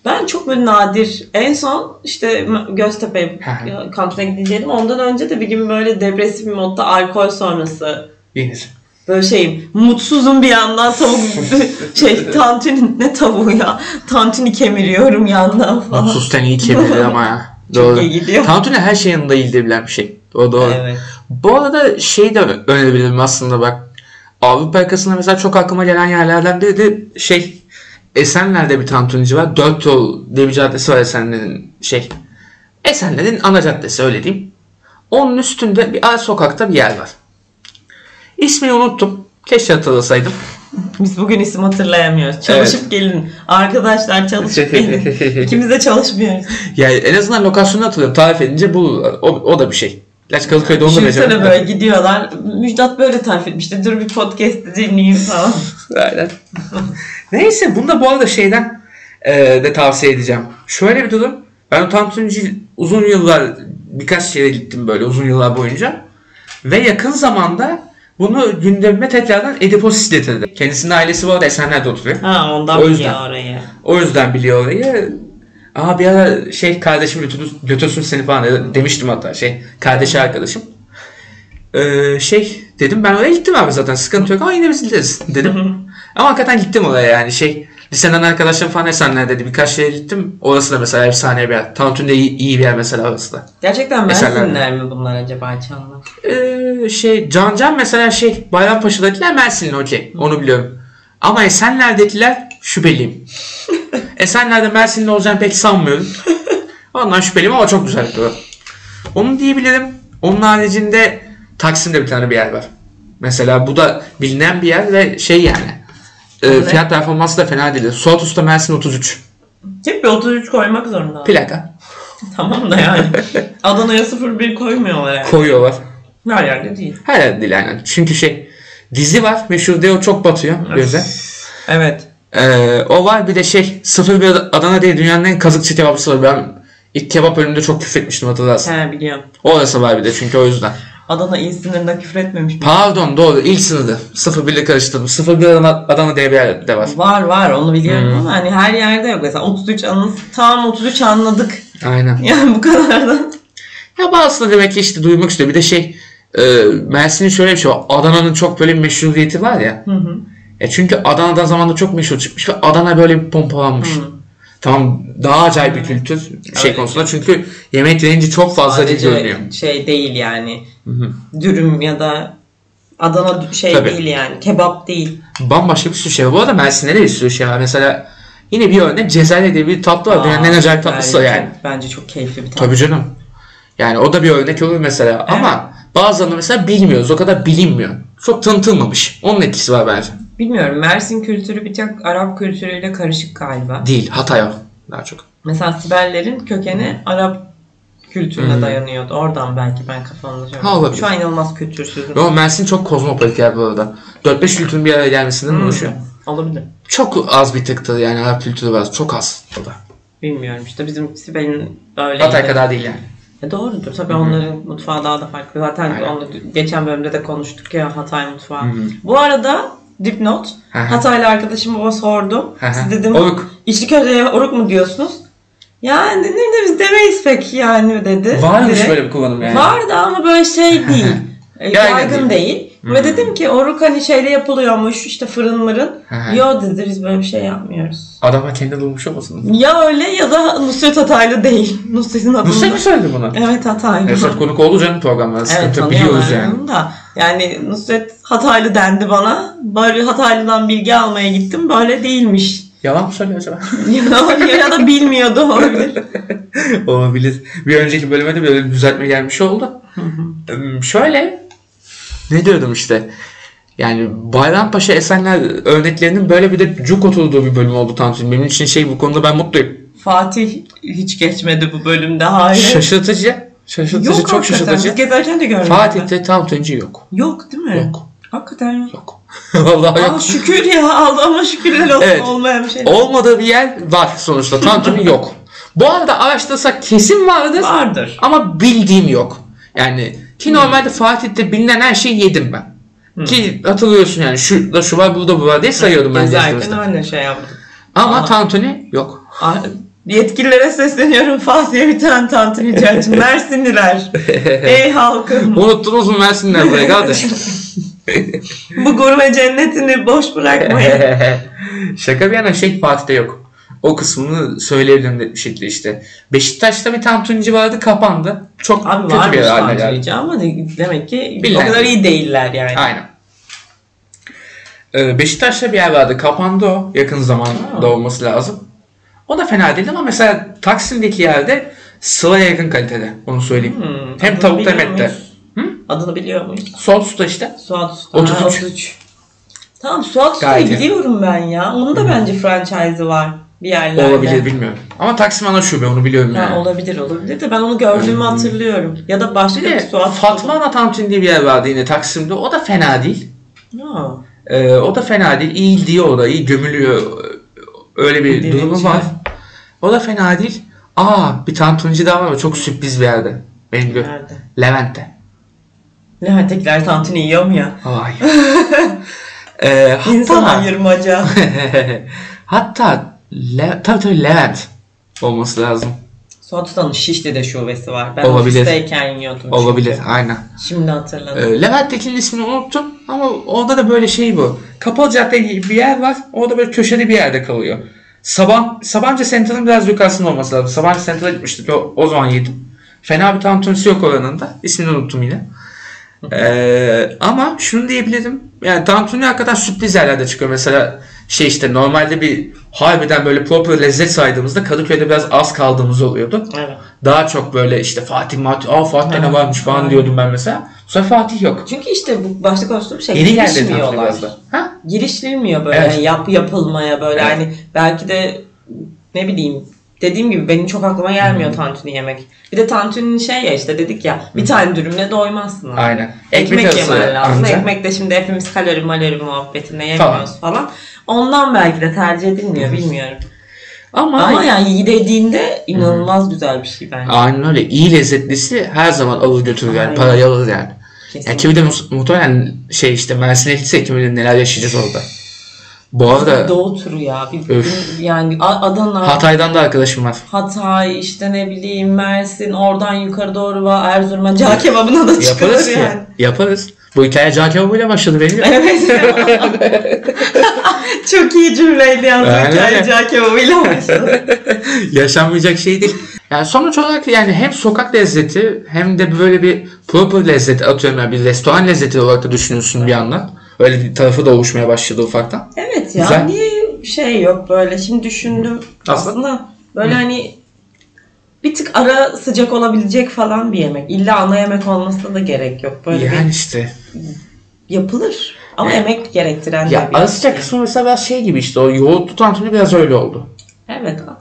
[SPEAKER 2] Ben çok böyle nadir. En son işte Göztepe
[SPEAKER 1] Hı
[SPEAKER 2] kampüne gideceğim. Ondan önce de bir gün böyle depresif bir modda alkol sonrası
[SPEAKER 1] Yenir.
[SPEAKER 2] Böyle şeyim. Mutsuzum bir yandan tavuk şey tantuni ne tavuğu ya. Tantuni kemiriyorum yandan falan.
[SPEAKER 1] Sus sen iyi kemiriyor ama ya. Doğru.
[SPEAKER 2] iyi gidiyor.
[SPEAKER 1] Tantuni her şeyin yanında iyi diyebilen bir şey. O doğru.
[SPEAKER 2] Evet.
[SPEAKER 1] Bu arada şey de ö- önerebilirim aslında bak. Avrupa yakasında mesela çok aklıma gelen yerlerden biri de şey Esenler'de bir tantunici var. Dört yol diye bir caddesi var Esenler'in şey. Esenler'in ana caddesi öyle diyeyim. Onun üstünde bir ara sokakta bir yer var. İsmini unuttum. Keşke hatırlasaydım.
[SPEAKER 2] Biz bugün isim hatırlayamıyoruz. Çalışıp gelin. Arkadaşlar çalışıp gelin. İkimiz de çalışmıyoruz.
[SPEAKER 1] Yani en azından lokasyonu hatırlıyorum. Tarif edince bu o, o da bir şey. Gerçi Kadıköy'de onu da
[SPEAKER 2] Düşünsene
[SPEAKER 1] beceremedim.
[SPEAKER 2] böyle gidiyorlar. Müjdat böyle tarif etmişti. Dur bir podcast dinleyeyim falan.
[SPEAKER 1] Aynen. Neyse bunu da bu arada şeyden e, de tavsiye edeceğim. Şöyle bir durum. Ben Tantunci uzun yıllar birkaç yere gittim böyle uzun yıllar boyunca. Ve yakın zamanda bunu gündemime tekrardan Ediposis getirdi. Kendisinin ailesi bu arada Esenler'de oturuyor.
[SPEAKER 2] Ha ondan
[SPEAKER 1] O
[SPEAKER 2] o
[SPEAKER 1] yüzden.
[SPEAKER 2] orayı.
[SPEAKER 1] O yüzden biliyor orayı. Aa bir ara şey kardeşim götürsün, götürsün seni falan dedi- demiştim hatta şey kardeşi arkadaşım. Ee, şey dedim ben oraya gittim abi zaten sıkıntı yok ama yine biz gideriz dedim. ama hakikaten gittim oraya yani şey liseden arkadaşlarım falan Esenler dedi birkaç yere gittim. Orası da mesela efsane bir yer. Tantun'da iyi, iyi bir yer mesela orası da.
[SPEAKER 2] Gerçekten
[SPEAKER 1] Eserler.
[SPEAKER 2] Mersinler mi bunlar acaba Çağla?
[SPEAKER 1] Ee, şey Can Can mesela şey Bayrampaşa'dakiler Mersinli okey onu biliyorum. Ama Esenler'dekiler şüpheliyim. Esenler'de Mersinli olacağını pek sanmıyorum. Ondan şüpheliyim ama çok güzel bir Onu diyebilirim. Onun haricinde Taksim'de bir tane bir yer var. Mesela bu da bilinen bir yer ve şey yani. e,
[SPEAKER 2] Evet.
[SPEAKER 1] fiyat performansı da fena değil. Suat Usta Mersin 33.
[SPEAKER 2] Hep bir 33 koymak zorunda.
[SPEAKER 1] Plaka
[SPEAKER 2] Tamam da yani. Adana'ya 01 koymuyorlar yani.
[SPEAKER 1] koyuyorlar.
[SPEAKER 2] Her yerde değil.
[SPEAKER 1] Herhalde değil aynen. Çünkü şey dizi var ve şurada o çok batıyor göze.
[SPEAKER 2] Evet.
[SPEAKER 1] Ee, o var bir de şey 01 Adana diye dünyanın en kazıkçı kebapçısı var. Ben ilk kebap bölümünde çok küfretmiştim hatırlarsın.
[SPEAKER 2] He biliyorum.
[SPEAKER 1] Orası var bir de çünkü o yüzden.
[SPEAKER 2] Adana il sınırına küfür etmemiş mi?
[SPEAKER 1] Pardon doğru ilk sınırdı. 01 ile karıştırdım. 01 Adana, Adana diye bir yer de var.
[SPEAKER 2] Var var onu biliyorum ama hani her yerde yok. Mesela 33 anız tam 33 anladık.
[SPEAKER 1] Aynen.
[SPEAKER 2] Yani bu kadar da.
[SPEAKER 1] Ya bazısı da demek ki işte duymak istiyor. Bir de şey e, Mersin'in şöyle bir şey var. Adana'nın çok böyle meşhuriyeti var ya.
[SPEAKER 2] Hı hı.
[SPEAKER 1] E çünkü Adana'dan zamanında çok meşhur çıkmış ve Adana böyle bir pompalanmış. Tamam daha acayip bir kültür şey
[SPEAKER 2] Öyle.
[SPEAKER 1] konusunda çünkü yemek renci çok fazla
[SPEAKER 2] Sadece
[SPEAKER 1] görünüyor.
[SPEAKER 2] şey değil yani. Dürüm ya da Adana dü- şey
[SPEAKER 1] Tabii.
[SPEAKER 2] değil yani. Kebap değil.
[SPEAKER 1] bambaşka bir sürü şey var. Bu arada Mersin'de de bir sürü şey var. Mesela yine bir örnek Cezayir diye bir tatlı var. Dünyanın en acayip tatlısı
[SPEAKER 2] bence-
[SPEAKER 1] yani.
[SPEAKER 2] Bence çok keyifli bir tatlı.
[SPEAKER 1] Tabii canım. Yani o da bir örnek olur mesela. Ama bazılarını mesela bilmiyoruz. O kadar bilinmiyor. Çok tanıtılmamış. Onun etkisi var bence.
[SPEAKER 2] Bilmiyorum Mersin kültürü bir tek Arap kültürüyle karışık galiba.
[SPEAKER 1] Değil. Hatay o. Daha çok.
[SPEAKER 2] Mesela Sibellerin kökeni Arap kültürüne dayanıyordu. Oradan belki ben kafamda şey
[SPEAKER 1] Ha, olabilir.
[SPEAKER 2] Şu an inanılmaz kültürsüzüm.
[SPEAKER 1] Yo, Mersin çok kozmopolit yer bu arada. 4-5 kültürün bir araya gelmesinden
[SPEAKER 2] Hmm,
[SPEAKER 1] oluşuyor.
[SPEAKER 2] Olabilir.
[SPEAKER 1] Çok az bir tıktı yani Arap kültürü var. Çok az o da.
[SPEAKER 2] Bilmiyorum işte bizim Sibel'in öyle.
[SPEAKER 1] Hatay kadar değil yani.
[SPEAKER 2] E doğrudur. Tabii onların mutfağı daha da farklı. Zaten
[SPEAKER 1] Aynen.
[SPEAKER 2] onu geçen bölümde de konuştuk ya Hatay mutfağı.
[SPEAKER 1] Hı hı.
[SPEAKER 2] Bu arada dipnot.
[SPEAKER 1] Hı hı.
[SPEAKER 2] Hataylı arkadaşım baba sordu.
[SPEAKER 1] Hı hı.
[SPEAKER 2] Siz dedim
[SPEAKER 1] Oruk.
[SPEAKER 2] içli köfteye oruk mu diyorsunuz? Yani dedim de biz demeyiz pek yani dedi.
[SPEAKER 1] Varmış
[SPEAKER 2] Direkt.
[SPEAKER 1] böyle bir kullanım yani.
[SPEAKER 2] Var da ama böyle şey değil. E,
[SPEAKER 1] Yaygın
[SPEAKER 2] Yaygın değil. Ve dedim ki oruk hani şeyle yapılıyormuş işte fırın mırın.
[SPEAKER 1] Hı hı.
[SPEAKER 2] Yo dedi biz böyle bir şey yapmıyoruz.
[SPEAKER 1] Adama kendi bulmuş olmasın.
[SPEAKER 2] Ya öyle ya da Nusret Hataylı değil. Nusret'in adını.
[SPEAKER 1] Nusret mi söyledi bunu?
[SPEAKER 2] Evet Hataylı.
[SPEAKER 1] Nusret konuk oldu canım programda.
[SPEAKER 2] Evet
[SPEAKER 1] Sıkıntı yok,
[SPEAKER 2] tanıyorlar
[SPEAKER 1] biliyoruz yani.
[SPEAKER 2] onu da. Yani Nusret Hataylı dendi bana. Bari Hataylı'dan bilgi almaya gittim. Böyle değilmiş.
[SPEAKER 1] Yalan mı söylüyor acaba?
[SPEAKER 2] ya ya da bilmiyordu olabilir.
[SPEAKER 1] Olabilir. Bir önceki bölüme de böyle bir düzeltme gelmiş oldu. Em, Şöyle ne diyordum işte. Yani Bayrampaşa Esenler örneklerinin böyle bir de cuk oturduğu bir bölüm oldu Tansu. Benim için şey bu konuda ben mutluyum.
[SPEAKER 2] Fatih hiç geçmedi bu bölümde. Hayır.
[SPEAKER 1] Şaşırtıcı. Şaşırtıcı
[SPEAKER 2] Yok
[SPEAKER 1] çok
[SPEAKER 2] hakikaten. Biz
[SPEAKER 1] şaşırtıcı.
[SPEAKER 2] gezerken de görmedik.
[SPEAKER 1] Fatih'te tam tönci yok.
[SPEAKER 2] Yok değil mi?
[SPEAKER 1] Yok.
[SPEAKER 2] Hakikaten yok.
[SPEAKER 1] Yok. Vallahi
[SPEAKER 2] Aa,
[SPEAKER 1] yok.
[SPEAKER 2] şükür ya Allah'ıma şükürler olsun
[SPEAKER 1] Evet.
[SPEAKER 2] olmayan bir şey.
[SPEAKER 1] Olmadığı bir yer var sonuçta. Tam tönci yok. Bu arada araştırsak kesin vardır
[SPEAKER 2] Vardır.
[SPEAKER 1] ama bildiğim yok. Yani ki
[SPEAKER 2] Hmm.
[SPEAKER 1] normalde Fatih'te bilinen her şeyi yedim ben. Ki hatırlıyorsun yani şu da şu var burada bu var diye sayıyordum ben
[SPEAKER 2] Gezerken
[SPEAKER 1] yazılarımızda.
[SPEAKER 2] öyle şey yaptım.
[SPEAKER 1] Ama
[SPEAKER 2] Aa.
[SPEAKER 1] tantuni yok.
[SPEAKER 2] Aa, Yetkililere sesleniyorum Fatih'e bir tane tantin rica edeceğim. Mersinliler. Ey halkım.
[SPEAKER 1] Unuttunuz mu versinler buraya kardeşim.
[SPEAKER 2] Bu gurme cennetini boş bırakmayın.
[SPEAKER 1] Şaka bir yana şey Fatih'te yok. O kısmını söyleyebilirim net bir şekilde işte. Beşiktaş'ta bir tantuncu vardı kapandı. Çok
[SPEAKER 2] Abi
[SPEAKER 1] kötü bir
[SPEAKER 2] varmış
[SPEAKER 1] haline
[SPEAKER 2] tantin
[SPEAKER 1] geldi.
[SPEAKER 2] rica ama de- demek ki
[SPEAKER 1] Bilen
[SPEAKER 2] o kadar
[SPEAKER 1] yok.
[SPEAKER 2] iyi değiller yani.
[SPEAKER 1] Aynen. Ee, Beşiktaş'ta bir yer vardı. Kapandı o. Yakın zamanda
[SPEAKER 2] Ha.
[SPEAKER 1] olması lazım. O da fena değil ama mesela Taksim'deki yerde Sıla'ya yakın kalitede. Onu söyleyeyim.
[SPEAKER 2] Hmm,
[SPEAKER 1] hem
[SPEAKER 2] adını
[SPEAKER 1] tavukta
[SPEAKER 2] biliyor
[SPEAKER 1] hem ette.
[SPEAKER 2] muyuz? Adını biliyor muyuz?
[SPEAKER 1] Sol suda işte.
[SPEAKER 2] Suat Usta.
[SPEAKER 1] 33.
[SPEAKER 2] Ha, 33. Tamam Suat Usta'yı
[SPEAKER 1] Gayet iyi.
[SPEAKER 2] biliyorum ben ya. Onun da bence franchise'ı var bir yerlerde.
[SPEAKER 1] Olabilir bilmiyorum. Ama Taksim ana şube onu biliyorum
[SPEAKER 2] Ha,
[SPEAKER 1] yani.
[SPEAKER 2] olabilir olabilir de ben onu gördüğümü hatırlıyorum. Ya da başka
[SPEAKER 1] Bir de
[SPEAKER 2] bir Suat
[SPEAKER 1] Fatma Ana Tantuni diye bir yer vardı yine Taksim'de. O da fena değil.
[SPEAKER 2] Ha.
[SPEAKER 1] Ee, o da fena değil. İyi diyor o da. iyi gömülüyor. Ee, Öyle bir
[SPEAKER 2] Birinci.
[SPEAKER 1] durumu var. O da fena değil. Aa bir tantuncu daha var ama çok sürpriz bir yerde. Benim gö-
[SPEAKER 2] Nerede?
[SPEAKER 1] Levent'te.
[SPEAKER 2] Leventekler tantuni yiyor mu ya?
[SPEAKER 1] Ay. Ee,
[SPEAKER 2] İnsan
[SPEAKER 1] hatta
[SPEAKER 2] ayırmaca.
[SPEAKER 1] hatta Le- tabii tabii Levent olması lazım.
[SPEAKER 2] Suat Usta'nın Şişli'de şubesi var. Ben
[SPEAKER 1] Olabilir.
[SPEAKER 2] ofisteyken yiyordum. çünkü.
[SPEAKER 1] Olabilir aynen.
[SPEAKER 2] Şimdi hatırladım.
[SPEAKER 1] Ee, Levent'tekinin ismini unuttum ama orada da böyle şey bu. Kapalı cadde gibi bir yer var. Orada böyle köşede bir yerde kalıyor. Saban, Sabancı Center'ın biraz yukarısında olması lazım. Sabancı Center'a gitmiştik. O, o zaman yedim. Fena bir tantunisi yok oranın da. İsmini unuttum yine. Ee, ama şunu diyebilirim. Yani tantuni hakikaten sürpriz yerlerde çıkıyor. Mesela şey işte normalde bir harbiden böyle proper lezzet saydığımızda Kadıköy'de biraz az kaldığımız oluyordu.
[SPEAKER 2] Evet.
[SPEAKER 1] Daha çok böyle işte Fatih Matih, aa Fatih'te ne
[SPEAKER 2] Ha,
[SPEAKER 1] varmış falan
[SPEAKER 2] aynen.
[SPEAKER 1] diyordum ben mesela. Bu sefer Fatih yok.
[SPEAKER 2] Çünkü işte bu başta konuştuğum şey
[SPEAKER 1] Yeni geldi tantuni
[SPEAKER 2] girişmiyorlar.
[SPEAKER 1] biraz da. Ha?
[SPEAKER 2] Girişilmiyor böyle
[SPEAKER 1] Evet.
[SPEAKER 2] yani yap yapılmaya böyle
[SPEAKER 1] Evet.
[SPEAKER 2] hani belki de ne bileyim dediğim gibi benim çok aklıma gelmiyor tantuni yemek. Bir de tantuninin şey ya işte dedik ya bir tane dürümle doymazsın. abi.
[SPEAKER 1] Aynen.
[SPEAKER 2] Ekmek,
[SPEAKER 1] arası
[SPEAKER 2] yemen lazım.
[SPEAKER 1] anca.
[SPEAKER 2] Ekmek de şimdi hepimiz kalori malori muhabbetinde yemiyoruz falan. Ondan belki de tercih edilmiyor bilmiyorum.
[SPEAKER 1] Ama,
[SPEAKER 2] Ama yani iyi dediğinde inanılmaz güzel bir şey bence.
[SPEAKER 1] aynen öyle. İyi lezzetlisi her zaman alır götürür yani.
[SPEAKER 2] Aynen.
[SPEAKER 1] Parayı alır yani. Yani
[SPEAKER 2] Kesinlikle.
[SPEAKER 1] kimi de mu- muhtemelen şey işte Mersin'e gitse kimi de neler yaşayacağız orada. Bu arada
[SPEAKER 2] Doğu turu ya. Bir,
[SPEAKER 1] Öf.
[SPEAKER 2] bir- yani A- Adana,
[SPEAKER 1] Hatay'dan da arkadaşım var.
[SPEAKER 2] Hatay, işte ne bileyim Mersin, oradan yukarı doğru var Erzurum'a cağ kebabına da çıkılır
[SPEAKER 1] Yaparız ki.
[SPEAKER 2] yani.
[SPEAKER 1] Yaparız. Bu hikaye Can Kebabı'yla başladı benim.
[SPEAKER 2] Evet. Çok iyi cümleydi yalnız.
[SPEAKER 1] Aynen.
[SPEAKER 2] Hikaye cağ kebabıyla başladı.
[SPEAKER 1] Yaşanmayacak şey değil. Yani sonuç olarak yani hem sokak lezzeti hem de böyle bir proper lezzet atıyorum yani bir restoran lezzeti olarak da düşünüyorsun bir yandan. Öyle bir tarafı da oluşmaya başladı ufaktan.
[SPEAKER 2] Evet ya
[SPEAKER 1] Güzel.
[SPEAKER 2] niye şey yok böyle şimdi düşündüm
[SPEAKER 1] Aslında-
[SPEAKER 2] aslında, böyle hani bir tık ara sıcak olabilecek falan bir yemek. İlla ana yemek olmasına da gerek yok. Böyle
[SPEAKER 1] yani işte.
[SPEAKER 2] bir yapılır ama emek gerektiren de
[SPEAKER 1] Ya
[SPEAKER 2] bir şey.
[SPEAKER 1] ara sıcak kısmı mesela biraz şey gibi işte o yoğurtlu tantuni biraz öyle oldu.
[SPEAKER 2] Evet ama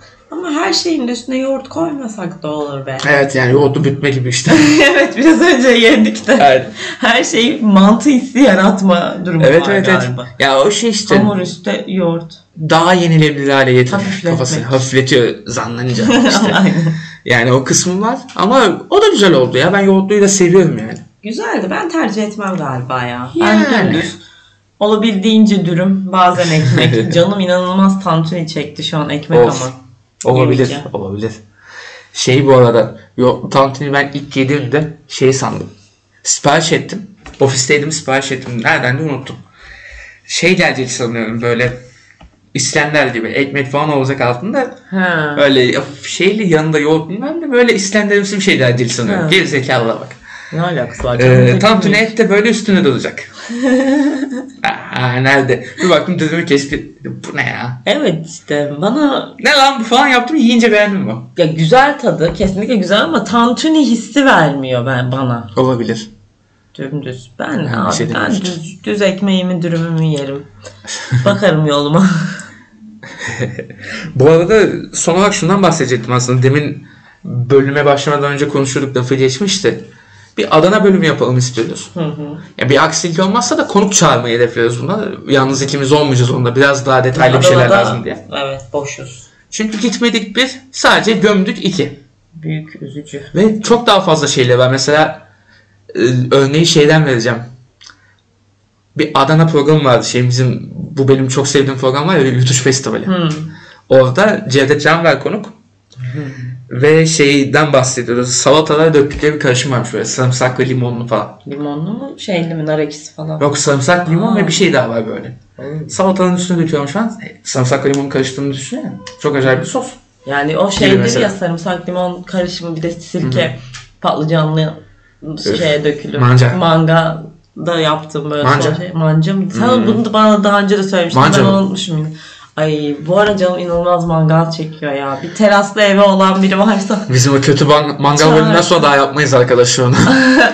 [SPEAKER 2] her her şeyin de üstüne yoğurt koymasak da olur be.
[SPEAKER 1] Evet yani yoğurdu bütme gibi işte.
[SPEAKER 2] evet biraz önce yedik de.
[SPEAKER 1] evet
[SPEAKER 2] Her şeyi mantı hissi yaratma durumu
[SPEAKER 1] evet
[SPEAKER 2] var
[SPEAKER 1] evet. evet.
[SPEAKER 2] galiba.
[SPEAKER 1] Ya o şey işte
[SPEAKER 2] Hamur üstte yoğurt.
[SPEAKER 1] daha yenilebilir hale getiriyor
[SPEAKER 2] Hafifletmek.
[SPEAKER 1] kafasını. Hafifletiyor zannınca işte.
[SPEAKER 2] Aynen.
[SPEAKER 1] yani o kısmı var ama o da güzel oldu ya. Ben yoğurtluyu da seviyorum yani.
[SPEAKER 2] Güzeldi. Ben tercih etmem galiba ya. Ben
[SPEAKER 1] Yani.
[SPEAKER 2] dümdüz olabildiğince dürüm bazen ekmek. Canım inanılmaz tantuni çekti şu an ekmek
[SPEAKER 1] Of.
[SPEAKER 2] ama.
[SPEAKER 1] Olabilir,
[SPEAKER 2] Yemeyeceğim.
[SPEAKER 1] olabilir. Şey bu arada, yo, tantuni ben ilk yediğimde şey sandım. Sipariş ettim. Ofisteydim sipariş ettim. Nereden de unuttum. Şey gelecek sanıyorum böyle İskender gibi ekmek falan olacak altında
[SPEAKER 2] Ha.
[SPEAKER 1] böyle hafif şeyli yanında yoğurt bilmem de böyle İskenderimsi bir şey gelecek sanıyorum.
[SPEAKER 2] Ha.
[SPEAKER 1] Geri zekalı bak.
[SPEAKER 2] Ne alakası var? Canım
[SPEAKER 1] Ee,
[SPEAKER 2] çekti
[SPEAKER 1] tantuni
[SPEAKER 2] mi?
[SPEAKER 1] et de böyle üstüne dolacak. Aa, nerede? Bir baktım dedim kesti. Bu ne ya?
[SPEAKER 2] Evet işte bana
[SPEAKER 1] Ne lan bu falan yaptım yiyince beğendim mi?
[SPEAKER 2] ya güzel tadı kesinlikle güzel ama tantuni hissi vermiyor ben bana.
[SPEAKER 1] Olabilir.
[SPEAKER 2] Dümdüz. Ben
[SPEAKER 1] Ben bir
[SPEAKER 2] abi
[SPEAKER 1] şey
[SPEAKER 2] ben
[SPEAKER 1] dememiştim.
[SPEAKER 2] düz, düz ekmeğimi dürümümü yerim. Bakarım yoluma.
[SPEAKER 1] Bu arada son olarak şundan bahsedecektim aslında. Demin bölüme başlamadan önce konuşuyorduk lafı geçmişti. Bir Adana bölümü yapalım istiyoruz.
[SPEAKER 2] Hı hı.
[SPEAKER 1] Ya bir aksilik olmazsa da konuk çağırmayı hedefliyoruz buna. Yalnız ikimiz olmayacağız onda. Biraz daha detaylı bir şeyler
[SPEAKER 2] Adana'da-
[SPEAKER 1] lazım diye.
[SPEAKER 2] Evet boşuz.
[SPEAKER 1] Çünkü gitmedik bir, sadece gömdük iki.
[SPEAKER 2] Büyük üzücü.
[SPEAKER 1] Ve çok daha fazla şeyle var. Mesela e, örneği şeyden vereceğim. Bir Adana programı vardı. Şey bizim bu benim çok sevdiğim program var ya Yutuş Festivali.
[SPEAKER 2] Hı.
[SPEAKER 1] Orada Cevdet Canver konuk. Ve şeyden bahsediyoruz. Salatalara döktükleri bir karışım varmış böyle. Sarımsaklı limonlu falan.
[SPEAKER 2] Limonlu mu şeyli mi nar ekşisi falan.
[SPEAKER 1] Yok sarımsak, limon
[SPEAKER 2] Aa.
[SPEAKER 1] ve bir şey daha var böyle.
[SPEAKER 2] Hmm.
[SPEAKER 1] Salatanın üstüne döküyormuş falan. Sarımsakla limon karıştığını düşünsene. Çok acayip bir sos.
[SPEAKER 2] Yani o
[SPEAKER 1] Gibi
[SPEAKER 2] şeydir
[SPEAKER 1] mesela.
[SPEAKER 2] ya sarımsak limon karışımı bir de sirke patlıcanlı şeye dökülür.
[SPEAKER 1] Manca.
[SPEAKER 2] Manga da yaptım böyle
[SPEAKER 1] Manca. Hmm.
[SPEAKER 2] son şey. Manca mı? Sen bunu da bana daha önce de söylemiştin.
[SPEAKER 1] Manca
[SPEAKER 2] ben
[SPEAKER 1] mı?
[SPEAKER 2] unutmuşum yine. Ay bu ara canım inanılmaz mangal çekiyor ya. Bir teraslı evi olan biri varsa
[SPEAKER 1] Bizim o kötü ban- mangal
[SPEAKER 2] Çağır.
[SPEAKER 1] bölümünden sonra daha yapmayız arkadaşlar onu.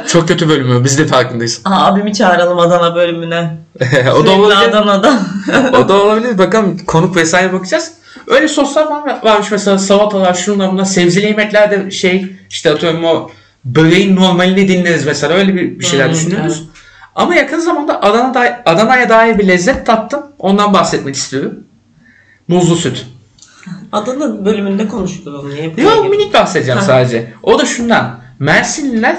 [SPEAKER 1] Çok kötü bölümü. Biz de farkındayız.
[SPEAKER 2] Aa, abimi çağıralım Adana bölümüne.
[SPEAKER 1] o da
[SPEAKER 2] Sürekli
[SPEAKER 1] olabilir.
[SPEAKER 2] Adana'da.
[SPEAKER 1] o da olabilir. Bakalım konuk vesaire bakacağız. Öyle soslar var- varmış mesela salatalar şunlar bunlar. Sebzeli yemekler de şey işte atıyorum o böreğin normalini dinleriz mesela. Öyle bir, bir şeyler
[SPEAKER 2] Hmm,
[SPEAKER 1] düşünüyoruz. Ama yakın zamanda Adana'da, Adana'ya dair bir lezzet tattım. Ondan bahsetmek istiyorum. Muzlu süt.
[SPEAKER 2] Adana bölümünde konuştuk onu. Niye buraya
[SPEAKER 1] Yok
[SPEAKER 2] girdin?
[SPEAKER 1] minik bahsedeceğim
[SPEAKER 2] Ha.
[SPEAKER 1] sadece. O da şundan. Mersinliler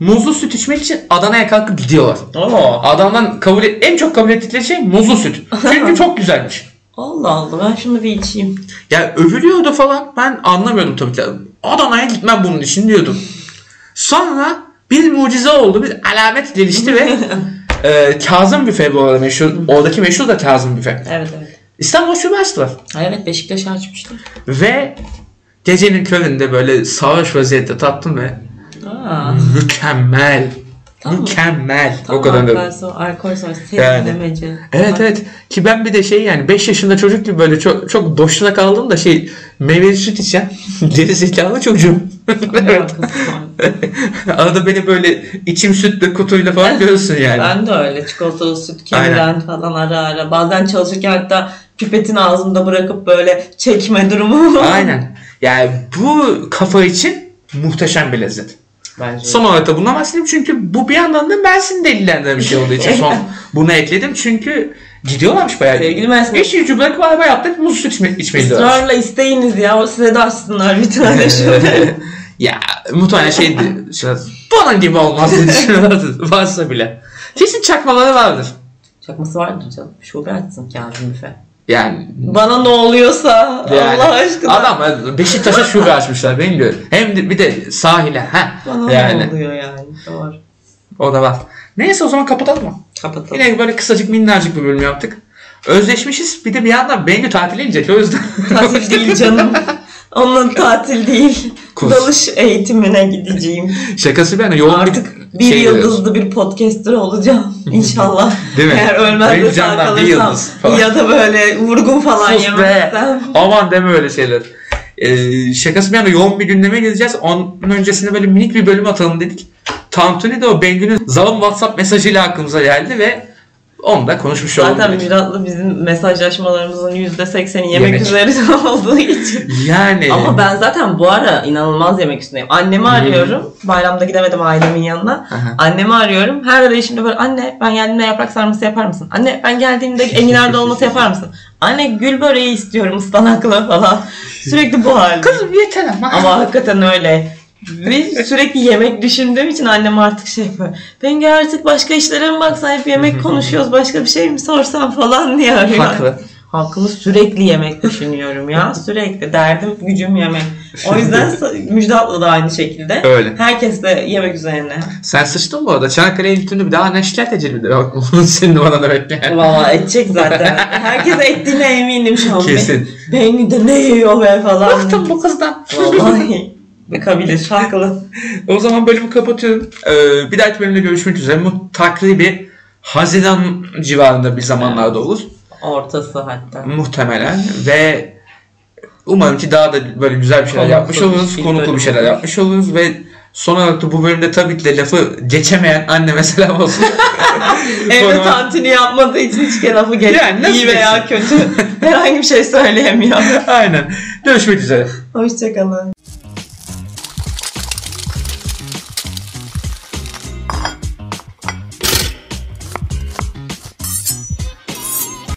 [SPEAKER 1] muzlu süt içmek için Adana'ya kalkıp gidiyorlar.
[SPEAKER 2] Oo.
[SPEAKER 1] Adana'dan kabul et- en çok kabul ettikleri şey muzlu süt. Çünkü çok güzelmiş.
[SPEAKER 2] Allah Allah ben şunu bir içeyim.
[SPEAKER 1] Ya övülüyordu falan. Ben anlamıyordum tabii ki. Adana'ya gitmem bunun için diyordum. Sonra bir mucize oldu. Bir alamet gelişti ve e, Kazım Büfe bu arada meşhur. Oradaki meşhur da Kazım Büfe.
[SPEAKER 2] Evet evet.
[SPEAKER 1] İstanbul Şube açtılar.
[SPEAKER 2] Evet Beşiktaş açmışlar.
[SPEAKER 1] Ve gecenin köründe böyle savaş vaziyette tattım ve Hmm.
[SPEAKER 2] Aa.
[SPEAKER 1] mükemmel.
[SPEAKER 2] Tamam.
[SPEAKER 1] Mükemmel.
[SPEAKER 2] Tamam,
[SPEAKER 1] o kadar da.
[SPEAKER 2] alkol so- alkol sonrası sevgi
[SPEAKER 1] Yani.
[SPEAKER 2] demeci.
[SPEAKER 1] Evet
[SPEAKER 2] Bak,
[SPEAKER 1] evet ki ben bir de şey yani 5 yaşında çocuk gibi böyle çok çok boşuna kaldım da şey meyveli süt içen geri zekalı çocuğum.
[SPEAKER 2] ne
[SPEAKER 1] evet.
[SPEAKER 2] alakası var?
[SPEAKER 1] Arada beni böyle içim sütlü kutuyla falan görürsün yani.
[SPEAKER 2] Ben de öyle çikolatalı süt
[SPEAKER 1] Aynen.
[SPEAKER 2] kemiren falan ara ara. Bazen çalışırken hatta pipetin ağzımda bırakıp böyle çekme durumu.
[SPEAKER 1] Aynen. Yani bu kafa için muhteşem bir lezzet.
[SPEAKER 2] Bence.
[SPEAKER 1] Son olarak da bundan bahsedeyim çünkü bu bir yandan da Mersin'de ilgilendiren bir şey olduğu için son bunu ekledim çünkü gidiyorlarmış bayağı.
[SPEAKER 2] Sevgili Mersin.
[SPEAKER 1] Eş yücü bırakıp araba yaptık muz süt içme, içmeye gidiyorlar.
[SPEAKER 2] Israrla isteyiniz ya. O size de açsınlar bir tane şöyle.
[SPEAKER 1] Ee, ya muhtemelen şeydi. şey, Bunun gibi olmaz diye düşünüyorlardı. Varsa bile. Kesin çakmaları vardır.
[SPEAKER 2] Çakması vardır canım. Şube açsın Kazım Büfe.
[SPEAKER 1] Yani,
[SPEAKER 2] Bana ne oluyorsa
[SPEAKER 1] yani
[SPEAKER 2] Allah aşkına.
[SPEAKER 1] Adam Beşiktaş'a şube açmışlar benim diyor. Hem de, bir de sahile. Ha.
[SPEAKER 2] Bana
[SPEAKER 1] yani
[SPEAKER 2] ne oluyor yani. Doğru.
[SPEAKER 1] o da var. Neyse o zaman kapatalım mı?
[SPEAKER 2] Kapatalım.
[SPEAKER 1] Yine böyle kısacık minnacık bir bölüm yaptık. Özleşmişiz. Bir de bir yandan Bengü tatile gidecek. O yüzden.
[SPEAKER 2] Tatil değil canım. Onun tatil değil.
[SPEAKER 1] Kurs.
[SPEAKER 2] Dalış eğitimine gideceğim.
[SPEAKER 1] Şakası bir yana yoğun
[SPEAKER 2] Artık bir
[SPEAKER 1] şey veriyoruz.
[SPEAKER 2] yıldızlı bir podcaster olacağım inşallah.
[SPEAKER 1] Değil mi?
[SPEAKER 2] Eğer ölmez
[SPEAKER 1] Benim
[SPEAKER 2] de sağ
[SPEAKER 1] candan bir
[SPEAKER 2] kalırsam
[SPEAKER 1] yıldız falan.
[SPEAKER 2] ya da böyle vurgun falan
[SPEAKER 1] Sus be.
[SPEAKER 2] yemezsem.
[SPEAKER 1] Aman deme öyle şeyler. Ee, şakası bir yana yoğun bir gündeme geleceğiz. Onun öncesinde böyle minik bir bölüm atalım dedik. Tantuni de o Bengü'nün zalim WhatsApp mesajıyla aklımıza geldi ve Onu da konuşmuş olalım.
[SPEAKER 2] Zaten
[SPEAKER 1] dedik.
[SPEAKER 2] Mirat'la bizim mesajlaşmalarımızın %80'i yemek,
[SPEAKER 1] Yemek.
[SPEAKER 2] üzerine olduğu için.
[SPEAKER 1] Yani Hmm.
[SPEAKER 2] Ama ben zaten bu ara inanılmaz yemek üstündeyim. Annemi arıyorum. Bayramda gidemedim ailemin yanına.
[SPEAKER 1] Aha.
[SPEAKER 2] Annemi arıyorum. Her arayışımda böyle anne ben geldiğimde yaprak sarması yapar mısın? Anne ben geldiğimde enginar dolması yapar mısın? Anne gül böreği istiyorum ıspanaklı falan. Sürekli bu halde.
[SPEAKER 1] Kızım yeter ama.
[SPEAKER 2] Ama hakikaten öyle. Ve sürekli yemek düşündüğüm için annem artık şey yapıyor. Benge artık başka işlere mi baksan hep yemek konuşuyoruz başka bir şey mi sorsan falan diye arıyor.
[SPEAKER 1] Haklı.
[SPEAKER 2] Haklı sürekli yemek düşünüyorum ya sürekli derdim gücüm yemek. O yüzden sa- Müjdat'la da aynı şekilde.
[SPEAKER 1] Öyle.
[SPEAKER 2] Herkes de yemek üzerine.
[SPEAKER 1] Sen sıçtın bu arada. Çanakkale Enstitüsü'nü bir daha neşter tecrübe. Bak onun senin numaranı bekle.
[SPEAKER 2] Valla edecek zaten. Herkes ettiğine eminim şu an.
[SPEAKER 1] Kesin.
[SPEAKER 2] Bengi de ne yiyor be falan.
[SPEAKER 1] Bıktım bu kızdan.
[SPEAKER 2] Vallahi. Bakabilir haklı.
[SPEAKER 1] O zaman bölümü kapatıyorum. Ee, bir dahaki bölümde görüşmek üzere. Bu takribi Haziran civarında bir zamanlarda olur.
[SPEAKER 2] Ortası hatta.
[SPEAKER 1] Muhtemelen ve umarım ki daha da böyle güzel bir şeyler
[SPEAKER 2] Konuklu
[SPEAKER 1] yapmış oluruz.
[SPEAKER 2] bir
[SPEAKER 1] Konuklu
[SPEAKER 2] bölüm
[SPEAKER 1] bir şeyler
[SPEAKER 2] olur.
[SPEAKER 1] yapmış oluruz ve son olarak da bu bölümde tabii ki de lafı geçemeyen anne mesela olsun.
[SPEAKER 2] Evde
[SPEAKER 1] Sonra-
[SPEAKER 2] tantuni yapmadığı için hiç kere lafı geçmiyor.
[SPEAKER 1] Yani nasıl
[SPEAKER 2] İyi veya kötü. Herhangi bir şey söyleyemiyor.
[SPEAKER 1] Aynen. Görüşmek üzere.
[SPEAKER 2] Hoşçakalın.